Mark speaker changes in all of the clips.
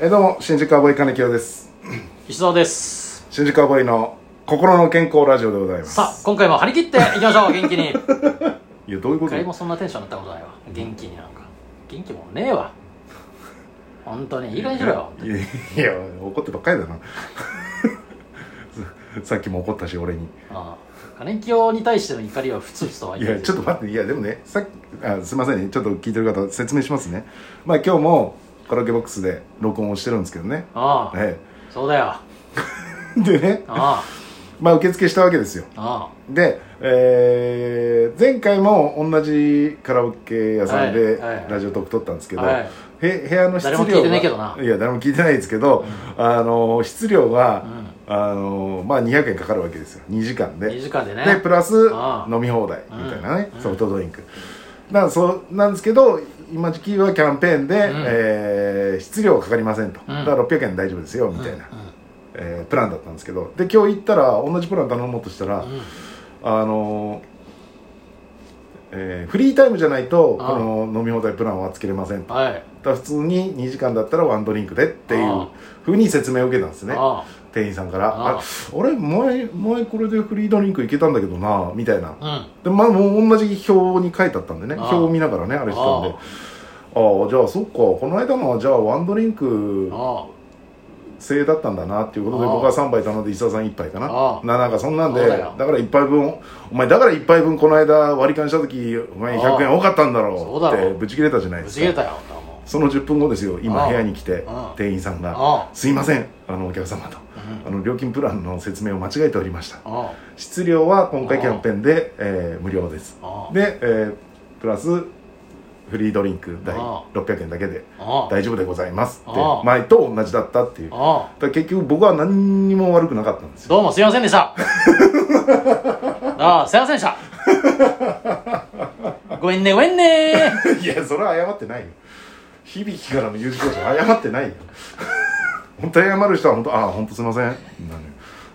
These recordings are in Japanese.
Speaker 1: えどうも新宿アボイ金城です
Speaker 2: 石澤です
Speaker 1: 新宿アボイの心の健康ラジオでございます
Speaker 2: さあ今回も張り切っていきま しょう元気に一
Speaker 1: いやどういうこと
Speaker 2: 回もそんなテンションになったことないわ元気になんか元気もねえわ本当にいい加減にしろよ
Speaker 1: いやいや怒ってばっかりだな ささっきも怒ったし俺に
Speaker 2: ああ金清に対しての怒りはふつふつとはい
Speaker 1: やちょっと待っていやでもねさっきあすいませんねちょっと聞いてる方説明しますねまあ今日もカラオケボックスで録音をしてるんですけどね
Speaker 2: ああ
Speaker 1: え
Speaker 2: そうだよあ
Speaker 1: えでね
Speaker 2: あ
Speaker 1: まあ受付したわけですよ
Speaker 2: あ
Speaker 1: で、えー前回も同じカラオケ屋さんで
Speaker 2: はいはい
Speaker 1: ラジオトーク撮ったんですけど、
Speaker 2: はい
Speaker 1: へ部屋の質量が
Speaker 2: 誰も聞いてないけどない
Speaker 1: や誰も聞いてないですけど、あの質量
Speaker 2: あ
Speaker 1: は、
Speaker 2: う
Speaker 1: あのまあ、200円かかるわけですよ2時間
Speaker 2: ん
Speaker 1: で
Speaker 2: 2時間でね
Speaker 1: でプラス
Speaker 2: ああ
Speaker 1: 飲み放題みたいなね、ソフトドリンクなんそうなんですけど今時期はキャンペーンで、
Speaker 2: うん
Speaker 1: えー質量かかりませんと、
Speaker 2: うん
Speaker 1: だから600円大丈夫ですよみたいな、
Speaker 2: うん
Speaker 1: えープランだったんですけどで今日行ったら同じプラン頼もうとしたら、
Speaker 2: うん
Speaker 1: あのえーフリータイムじゃないとこ
Speaker 2: ああ
Speaker 1: の飲み放題プランはつけれませんと
Speaker 2: はい
Speaker 1: だから普通に2時間だったらワンドリンクでってい
Speaker 2: あ
Speaker 1: う
Speaker 2: あ
Speaker 1: ふうに説明を受けたんですね
Speaker 2: あ
Speaker 1: 店員さんから
Speaker 2: あ
Speaker 1: あれ前前これでフリードリンクいけたんだけどなみたいな
Speaker 2: あ
Speaker 1: で、
Speaker 2: うん
Speaker 1: まあ、もう同じ表に書いてあったんでね
Speaker 2: ああ
Speaker 1: 表を見ながらねあれしてたんでああじゃあそっかこの間のはじゃあワンドリンク
Speaker 2: あ
Speaker 1: 制だったんだなっていうことで
Speaker 2: ああ
Speaker 1: 僕は3杯頼んで伊沢さん1杯かな
Speaker 2: ああ
Speaker 1: ななんかそんなんで
Speaker 2: そう
Speaker 1: だ
Speaker 2: だよ
Speaker 1: から1杯分お前だから1杯分この間割り勘した時お前100円多かったんだろ
Speaker 2: そう
Speaker 1: う
Speaker 2: だ
Speaker 1: って
Speaker 2: ろ
Speaker 1: ぶち切れたじゃない
Speaker 2: あ
Speaker 1: で
Speaker 2: ぶ
Speaker 1: す
Speaker 2: ち切れ
Speaker 1: か
Speaker 2: たよどうも
Speaker 1: その10分後ですよ
Speaker 2: あ
Speaker 1: 今
Speaker 2: あ
Speaker 1: 部屋に来て
Speaker 2: ああ
Speaker 1: 店員さんが
Speaker 2: あ
Speaker 1: 「すいませんあのお客様」と
Speaker 2: あう
Speaker 1: 「
Speaker 2: ん
Speaker 1: あの料金プランの説明を間違えておりました
Speaker 2: あ」
Speaker 1: 「質量は今回
Speaker 2: ああ
Speaker 1: キャンペーンで、えー無料です」
Speaker 2: あ
Speaker 1: で、えープラスフリードリンク代
Speaker 2: あ
Speaker 1: 600円だけで
Speaker 2: ああ
Speaker 1: 大丈夫でございますって
Speaker 2: ああ
Speaker 1: 前と同じだったっていう
Speaker 2: あ
Speaker 1: だから結局僕は何にも悪くなかったんですよ
Speaker 2: どうもすいませんでした ああすいませんでしたごめんねごめんね
Speaker 1: いやそれは謝ってないよ響からの U 字工事謝ってないよ 本当に謝る人は本当ああ本当すいませんなのよ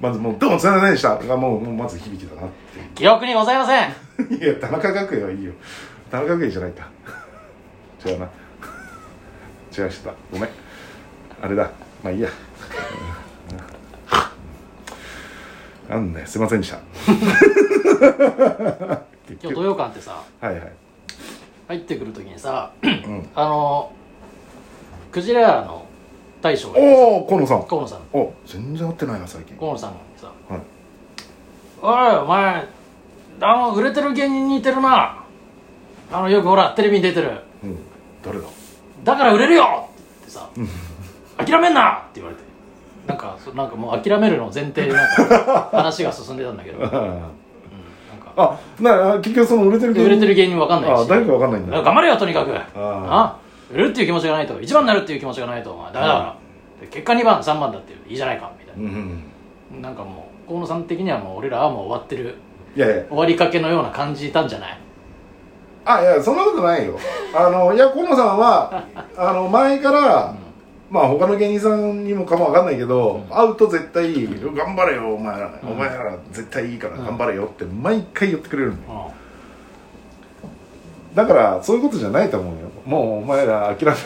Speaker 1: まずもう「どうもすいませんでした」がもうもうまず響きだなっ
Speaker 2: 記録にございません
Speaker 1: ていういや田中角栄はいいよ田中角栄じゃないか違うな違う人だごめんあれだまあいいや うんあんねすいませんでした結
Speaker 2: 今日
Speaker 1: 局
Speaker 2: 東洋館ってさ
Speaker 1: はいはい
Speaker 2: 入ってくるときにさ、
Speaker 1: ん
Speaker 2: あのクジラ屋の大将が
Speaker 1: おお河野さん
Speaker 2: 河野さん
Speaker 1: お全然会ってないな最近
Speaker 2: 河野さんがさ「
Speaker 1: はい
Speaker 2: おいお前あの売れてる芸人に似てるなあのよくほらテレビに出てる
Speaker 1: うん誰だ
Speaker 2: だから売れるよ!」ってさ「諦めんな!」って言われてなんかそなんかもう諦めるのを前提でなんか話が進んでたんだけど、うん、なんか
Speaker 1: あなあ結局その売れてる
Speaker 2: 売れてる芸人分かんないし
Speaker 1: あ誰か分かんないんだ
Speaker 2: 頑張れよとにかく
Speaker 1: あ
Speaker 2: あ売れるっていう気持ちがないと一番になるっていう気持ちがないとお前ダメだから、で結果2番3番だっていいじゃないかみたい
Speaker 1: うんうん
Speaker 2: ななんかもう河野さん的にはもう俺らはもう終わってる
Speaker 1: いやいや
Speaker 2: 終わりかけのような感じたんじゃない
Speaker 1: あいやそんなことないよあのいや河野さんは あの前から、まあ他の芸人さんにもかもわかんないけど、
Speaker 2: うん
Speaker 1: 会うと絶対「頑張れよお前ら、
Speaker 2: うん
Speaker 1: お前ら絶対いいから
Speaker 2: うん
Speaker 1: 頑張れよ」って毎回言ってくれるのよ
Speaker 2: うん
Speaker 1: だからそういうことじゃないと思うよもうお前ら諦め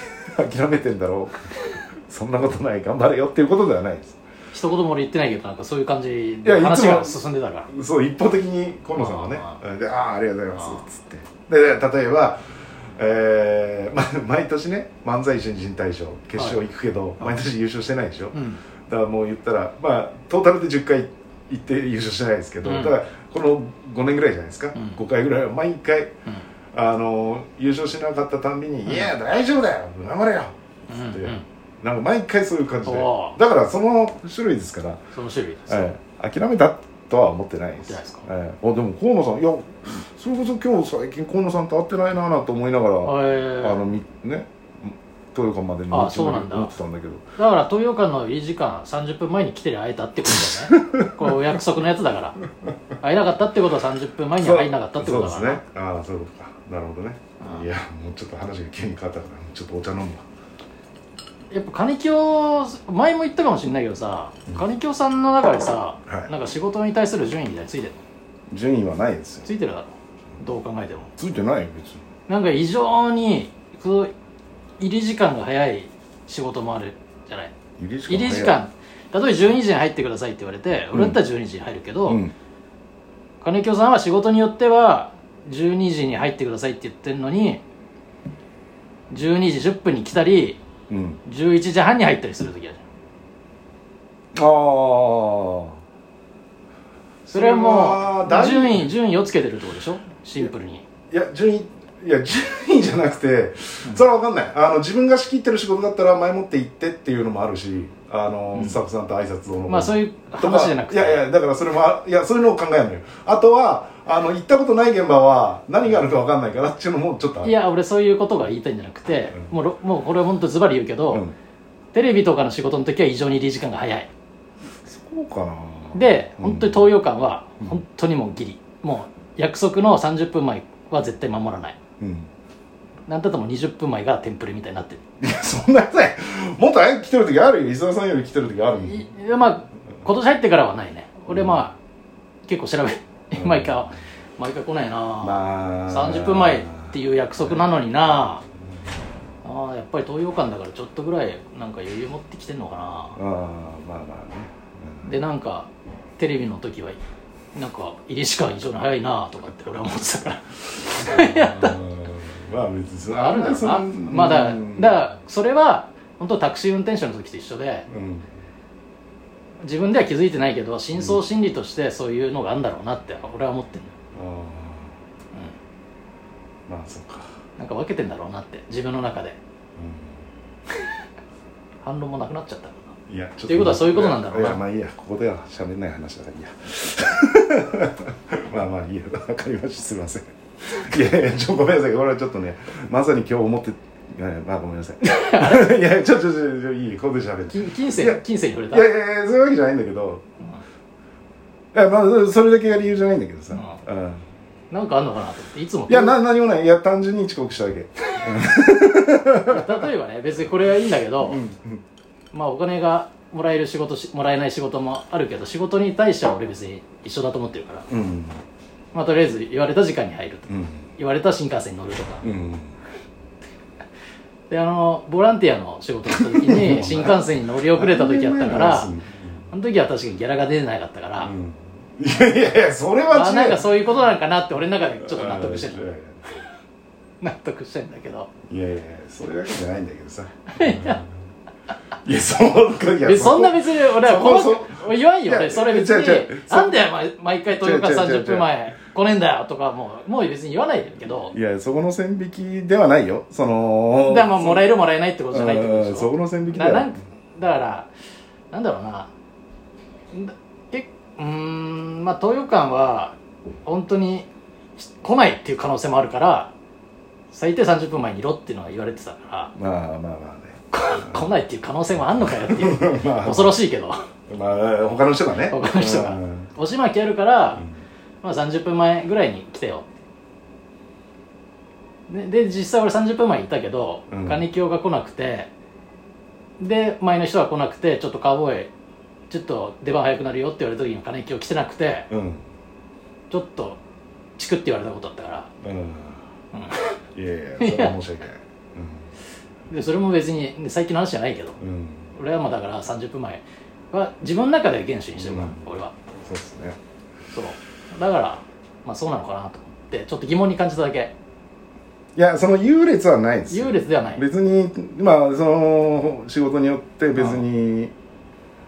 Speaker 1: 諦めてんだろうそんなことない頑張れよっていうことではないです
Speaker 2: 一言も俺言ってないけどなんかそういう感じ
Speaker 1: いやいつ
Speaker 2: で
Speaker 1: も
Speaker 2: 話が進んでたから
Speaker 1: そう一方的に河野さんがね
Speaker 2: あ
Speaker 1: 「でああありがとうございま
Speaker 2: ああ
Speaker 1: す」っつってで例えばえーま、 毎年ね漫才新人大賞決勝行くけど、毎年優勝してないでしょ、
Speaker 2: うん
Speaker 1: だからもう言ったらまあトータルで10回行って優勝してないですけど、
Speaker 2: うん
Speaker 1: ただこの5年ぐらいじゃないですか、
Speaker 2: ん
Speaker 1: 5回ぐらいは毎回あの優勝しなかったたんびに「いや大丈夫だよ頑張れよ」
Speaker 2: う
Speaker 1: っ
Speaker 2: ん
Speaker 1: て、
Speaker 2: うん、うん、
Speaker 1: なんか毎回そういう感じで
Speaker 2: おー
Speaker 1: だからその種類ですから
Speaker 2: その種類です、
Speaker 1: ええ、諦めたとは思ってないです
Speaker 2: 思ってないですか
Speaker 1: ええ、あでも河野さんいやそれこそ今日最近河野さんと会ってないなぁと思いながら、
Speaker 2: あえ
Speaker 1: あのみね東洋館までの
Speaker 2: あそうなんだ
Speaker 1: 思ってたんだけど
Speaker 2: だから東洋館のいい時間30分前に来てりゃ会えたってことだ よねこうお約束のやつだから会えなかったってことは30分前には会えなかったってことだか
Speaker 1: そう
Speaker 2: ら
Speaker 1: で
Speaker 2: な
Speaker 1: すねああそういうことかなるほどね
Speaker 2: うん
Speaker 1: いやもうちょっと話が急に変わったからちょっとお茶飲むわ
Speaker 2: やっぱ金清前も言ったかもしれないけどさ金清さんの中でさ、
Speaker 1: はい
Speaker 2: なんか仕事に対する順位みたいについてる
Speaker 1: 順位はないですよ
Speaker 2: ついてるだろどう考えても
Speaker 1: ついてないよ別に
Speaker 2: なんか異常にこう入り時間が早い仕事もあるじじゃない
Speaker 1: 入り時間
Speaker 2: 入り時間例えば12時に入ってくださいって言われて俺だったら12時に入るけど、
Speaker 1: うん
Speaker 2: 金京さんは仕事によっては12時に入ってくださいって言ってるのに12時10分に来たり
Speaker 1: うん
Speaker 2: 11時半に入ったりする時あるじゃ
Speaker 1: あ
Speaker 2: ん
Speaker 1: あ
Speaker 2: それはも
Speaker 1: だいう
Speaker 2: 順位順位をつけてるってことでしょシンプルに
Speaker 1: いや順位いや順位じゃなくてそれは分かんないあの自分が仕切ってる仕事だったら前もって行ってっていうのもあるしあの、スタッフさんと挨拶を
Speaker 2: まあそういう話じゃなくて
Speaker 1: いやいやだからそれもあいやそういうのを考えるのよあとはあの行ったことない現場は何があるか分かんないからっていうのもちょっとある
Speaker 2: いや俺そういうことが言いたいんじゃなくて、もうろもうこれ本当ズバリ言うけど、
Speaker 1: うん
Speaker 2: テレビとかの仕事の時は異常に入り時間が早い
Speaker 1: そうかな
Speaker 2: で
Speaker 1: うん
Speaker 2: 本当に東洋館は本当にもうギリ、もう約束の30分前は絶対守らない
Speaker 1: うん
Speaker 2: なんだともう20分前がテンプレみたいになってる
Speaker 1: いやそんなや つねもっと早く来てる時あるよ伊沢さんより来てる時あるよ
Speaker 2: いいやまあ今年入ってからはないね俺まあ、結構調べ
Speaker 1: うん
Speaker 2: 毎回毎回来ないな、
Speaker 1: まあ
Speaker 2: 30分前っていう約束なのになああやっぱり東洋館だからちょっとぐらいなんか余裕持ってきてんのか
Speaker 1: あ
Speaker 2: な
Speaker 1: あまあまあね
Speaker 2: でなんかテレビの時はなんか入り時間異常に早いなとかって俺は思ってたから
Speaker 1: うんまあ別に
Speaker 2: あるんだろうなまあだからだからそれは本当タクシー運転手の時と一緒で
Speaker 1: うん
Speaker 2: 自分では気づいてないけど深層心理としてそういうのがあるんだろうなって俺は思ってる
Speaker 1: あーまあそっか
Speaker 2: なんか分けてんだろうなって自分の中で
Speaker 1: う
Speaker 2: 反論もなくなっちゃったか
Speaker 1: んいやちょっ
Speaker 2: ということはそういうことなんだろうない
Speaker 1: やまあいいやここでは喋んない話だからいいや まあまあいいやわかりましたすいませんいやいやちょごめんなさいこれはちょっとねまさに今日思っていやいやまあごめんなさい いやいやちょちょちょちょいいここで喋
Speaker 2: な
Speaker 1: る
Speaker 2: 金金
Speaker 1: いや
Speaker 2: 銭金銭に触れ
Speaker 1: い
Speaker 2: た
Speaker 1: やいやいやそういうわけじゃないんだけど、いやまあそれだけが理由じゃないんだけどさ、
Speaker 2: う
Speaker 1: うん
Speaker 2: なんかあんのかなと思っていつも
Speaker 1: いやな何もないいや単純に遅刻しただけ
Speaker 2: 例えばね別にこれはいいんだけど、
Speaker 1: うん
Speaker 2: まあお金がもらえる仕事しもらえない仕事もあるけど仕事に対しては俺別に一緒だと思ってるから、
Speaker 1: うん
Speaker 2: まあ、とりあえず言われた時間に入ると
Speaker 1: うん
Speaker 2: 言われた新幹線に乗るとか
Speaker 1: うん
Speaker 2: であのボランティアの仕事をした時 に新幹線に乗り遅れた時やったからあの時は確かにギャラが出てなかったから、
Speaker 1: うんいやいやいやそれは違う
Speaker 2: まあなんかそういうことなんかなって俺の中でちょっと納得してる
Speaker 1: る
Speaker 2: 納得してんだけど
Speaker 1: いやいやいやそれだけじゃないんだけどさいやそうかいや
Speaker 2: えそんな別に俺は
Speaker 1: そこ
Speaker 2: この言わんよ
Speaker 1: いや
Speaker 2: 俺それ別
Speaker 1: 違う違
Speaker 2: に
Speaker 1: うそ
Speaker 2: なんだよ毎毎回豊川
Speaker 1: 違う違う違う
Speaker 2: 30分前来ねえんだよとかもうもう別に言わないけど
Speaker 1: いやそこの線引きではないよその
Speaker 2: だからまあもらえるもらえないってことじゃないってこと
Speaker 1: う
Speaker 2: で
Speaker 1: ん
Speaker 2: し
Speaker 1: そこ
Speaker 2: ょ
Speaker 1: の線引きで
Speaker 2: な
Speaker 1: は
Speaker 2: なんだからなんだろうなんだえうーんまあ東洋館は本当に来ないっていう可能性もあるから最低30分前にいろっていうのは言われてたか
Speaker 1: まあまあま
Speaker 2: ら来ないっていう可能性もあんのかよって いう
Speaker 1: あね まあ
Speaker 2: 恐ろしいけど
Speaker 1: まあ他の人がね
Speaker 2: 他の人が
Speaker 1: うん
Speaker 2: 押し巻きやるから、
Speaker 1: ん
Speaker 2: まあ、30分前ぐらいに来てよでで実際俺30分前にいたけど、
Speaker 1: うん
Speaker 2: 金清が来なくてで前の人が来なくてちょっとカウボーイちょっと出番早くなるよって言われた時に金清来てなくて
Speaker 1: うん
Speaker 2: ちょっとチクって言われたことだったから
Speaker 1: うんいやいやそれは申し訳ない
Speaker 2: でそれも別に、ね最近の話じゃないけど
Speaker 1: うんうん
Speaker 2: 俺はまあだから30分前は自分の中で厳守にしてるから、
Speaker 1: うん
Speaker 2: 俺は
Speaker 1: そうですね
Speaker 2: そうだからまあそうなのかなと思ってちょっと疑問に感じただけ
Speaker 1: いやその優劣はないですよ
Speaker 2: 優劣ではない
Speaker 1: 別にまあその仕事によって別に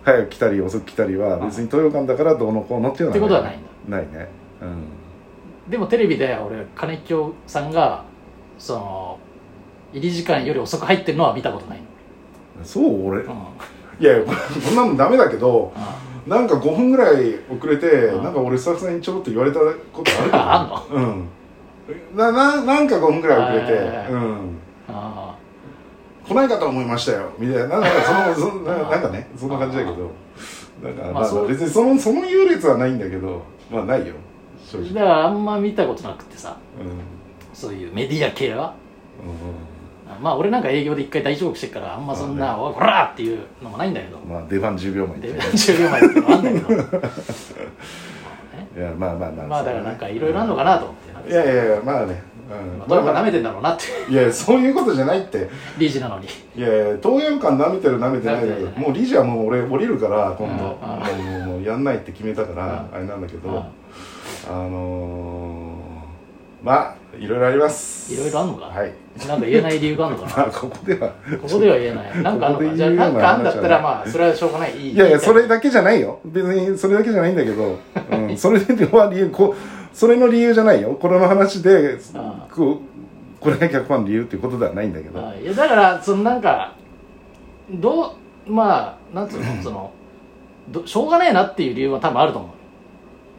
Speaker 1: 早く来たり遅く来たりは
Speaker 2: うん
Speaker 1: 別に東洋館だからどうのこうのっていうのは
Speaker 2: ってことはないんだ
Speaker 1: ないねうん
Speaker 2: でもテレビで俺金京さんがその入り時間より遅く入ってるのは見たことないの、
Speaker 1: そう俺い
Speaker 2: うん
Speaker 1: やいやこんなのダメだけど
Speaker 2: あ
Speaker 1: なんか5分ぐらい遅れて
Speaker 2: うん
Speaker 1: なんか俺スタッフさんにちょろっと言われたことあるけど
Speaker 2: あ
Speaker 1: うんなななんか5分ぐらい遅れ
Speaker 2: はいはいはい
Speaker 1: てうん
Speaker 2: あ
Speaker 1: 来ないかと思いましたよみたいななんかそのそ んななんかねそんな感じだけどなんか
Speaker 2: まあ
Speaker 1: まあま
Speaker 2: そ
Speaker 1: あ
Speaker 2: う
Speaker 1: 別にそのその優劣はないんだけどまあないよ正直
Speaker 2: だからあんま見たことなくてさ
Speaker 1: うんうん
Speaker 2: そういうメディア系はまあ俺なんか営業で一回大丈夫してっからあんまそんな「おいこら!」っていうのもないんだけど
Speaker 1: まあ出番10秒前
Speaker 2: で
Speaker 1: に
Speaker 2: 10秒前っていうのもあんだけど まあね
Speaker 1: いやまあまあまあ
Speaker 2: まあだからなんかいろいろあ
Speaker 1: あ
Speaker 2: るのかなと思って
Speaker 1: いやいやいやまあねうん
Speaker 2: まあ、どうか舐めてんだろうなって
Speaker 1: いやそういうことじゃないって
Speaker 2: 理事なのに
Speaker 1: いや東洋館舐めてる舐めてないだ
Speaker 2: 舐めてない
Speaker 1: け
Speaker 2: じゃ
Speaker 1: ど
Speaker 2: ない
Speaker 1: もう理事はもう俺降りるから今度
Speaker 2: あ
Speaker 1: もうもうもうやんないって決めたから
Speaker 2: あ
Speaker 1: あれなんだけどあ
Speaker 2: あ
Speaker 1: のー、まあいろいろあります
Speaker 2: いろいろあんのか
Speaker 1: はい
Speaker 2: なんか言えない理由があるのか
Speaker 1: まあここでは
Speaker 2: なここでは言えないなんかあんの
Speaker 1: ここ
Speaker 2: か
Speaker 1: で
Speaker 2: じゃあ
Speaker 1: 言うよ
Speaker 2: な
Speaker 1: うんな
Speaker 2: かあんだったら
Speaker 1: 話はない
Speaker 2: まあそれはしょうがないいい
Speaker 1: いやいやそれ
Speaker 2: み
Speaker 1: だけじゃないよ別にそれだけじゃないんだけど、 うん、それでは理由こうそれの理由じゃないよこれの話で
Speaker 2: あ
Speaker 1: こうこれが100の理由っていうことではないんだけ
Speaker 2: たいな
Speaker 1: ど
Speaker 2: あいやだからそのなんかどうまあなんつ うのそのどしょうがねえなっていう理由は多分あると思う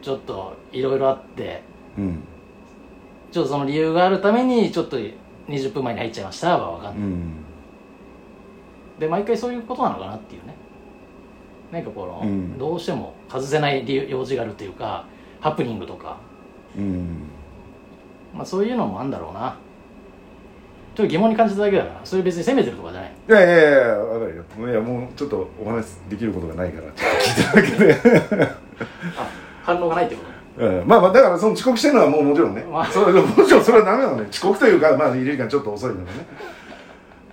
Speaker 2: ちょっといろいろあって
Speaker 1: うん
Speaker 2: ちょっとその理由があるためにちょっと20分前に入っちゃいましたは分かん
Speaker 1: う
Speaker 2: ない、
Speaker 1: ん
Speaker 2: で毎回そういうことなのかなっていうねなんかこの、
Speaker 1: うん
Speaker 2: どうしても外せない理由用事があるというかハプニングとか、
Speaker 1: うん
Speaker 2: まあ、そういうのもあるんだろうなちょっと疑問に感じただけだからそれ別に責めてるとかじゃない
Speaker 1: いやいやいやいやわかるよいやもうちょっとお話できることがないからちょっと聞いただけで、
Speaker 2: あ反応がないってこ
Speaker 1: うん、まあまあだからその遅刻してるのはもうもちろんね、
Speaker 2: まあ
Speaker 1: それもちろんそれはダメなのね遅刻というかまあ入れる時間ちょっと遅いのもね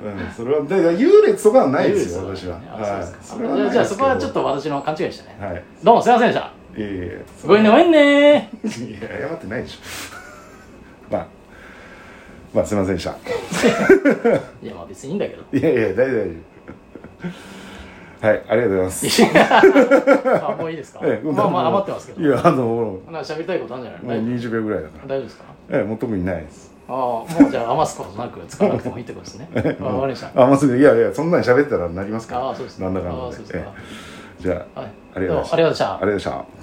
Speaker 1: うん、それはだから優劣とかは
Speaker 2: と
Speaker 1: ないですよ
Speaker 2: 理
Speaker 1: 私
Speaker 2: 由
Speaker 1: は、
Speaker 2: ねあ
Speaker 1: は
Speaker 2: そう
Speaker 1: い
Speaker 2: です
Speaker 1: そ
Speaker 2: か
Speaker 1: れ
Speaker 2: あ
Speaker 1: は
Speaker 2: じ
Speaker 1: な
Speaker 2: ゃ
Speaker 1: い
Speaker 2: あじゃあ
Speaker 1: です
Speaker 2: そ
Speaker 1: け
Speaker 2: こ
Speaker 1: ど
Speaker 2: はちょっと私の勘違いでしたね
Speaker 1: はい
Speaker 2: どうもすいませんでした
Speaker 1: いやいやいや
Speaker 2: ごめんねごめんね
Speaker 1: いや謝ってないでしょ まあまあすいませんでした
Speaker 2: いやまあ別にいいんだ けど
Speaker 1: いやいや大丈夫大丈夫はいありがとうございます
Speaker 2: あもういいですか、
Speaker 1: ええ
Speaker 2: まあまあ余ってますけど
Speaker 1: いやあのも
Speaker 2: なんか喋りたいことあるんじゃ
Speaker 1: うも
Speaker 2: な
Speaker 1: う
Speaker 2: い
Speaker 1: 20秒ぐらいだから
Speaker 2: 大丈夫ですか
Speaker 1: ええもう特にないです
Speaker 2: ああもうじゃあ余すことなく使わなくてもいいってこ とですねあわかりました
Speaker 1: あまあそれでいやいやそんなに喋ったらなりますから
Speaker 2: ああそうです
Speaker 1: なんだかんだ
Speaker 2: ああ
Speaker 1: で
Speaker 2: そうです
Speaker 1: え
Speaker 2: か
Speaker 1: えじゃあ
Speaker 2: はい
Speaker 1: ありがとうございました
Speaker 2: どう
Speaker 1: あ
Speaker 2: もありがとうございました
Speaker 1: りがとうございました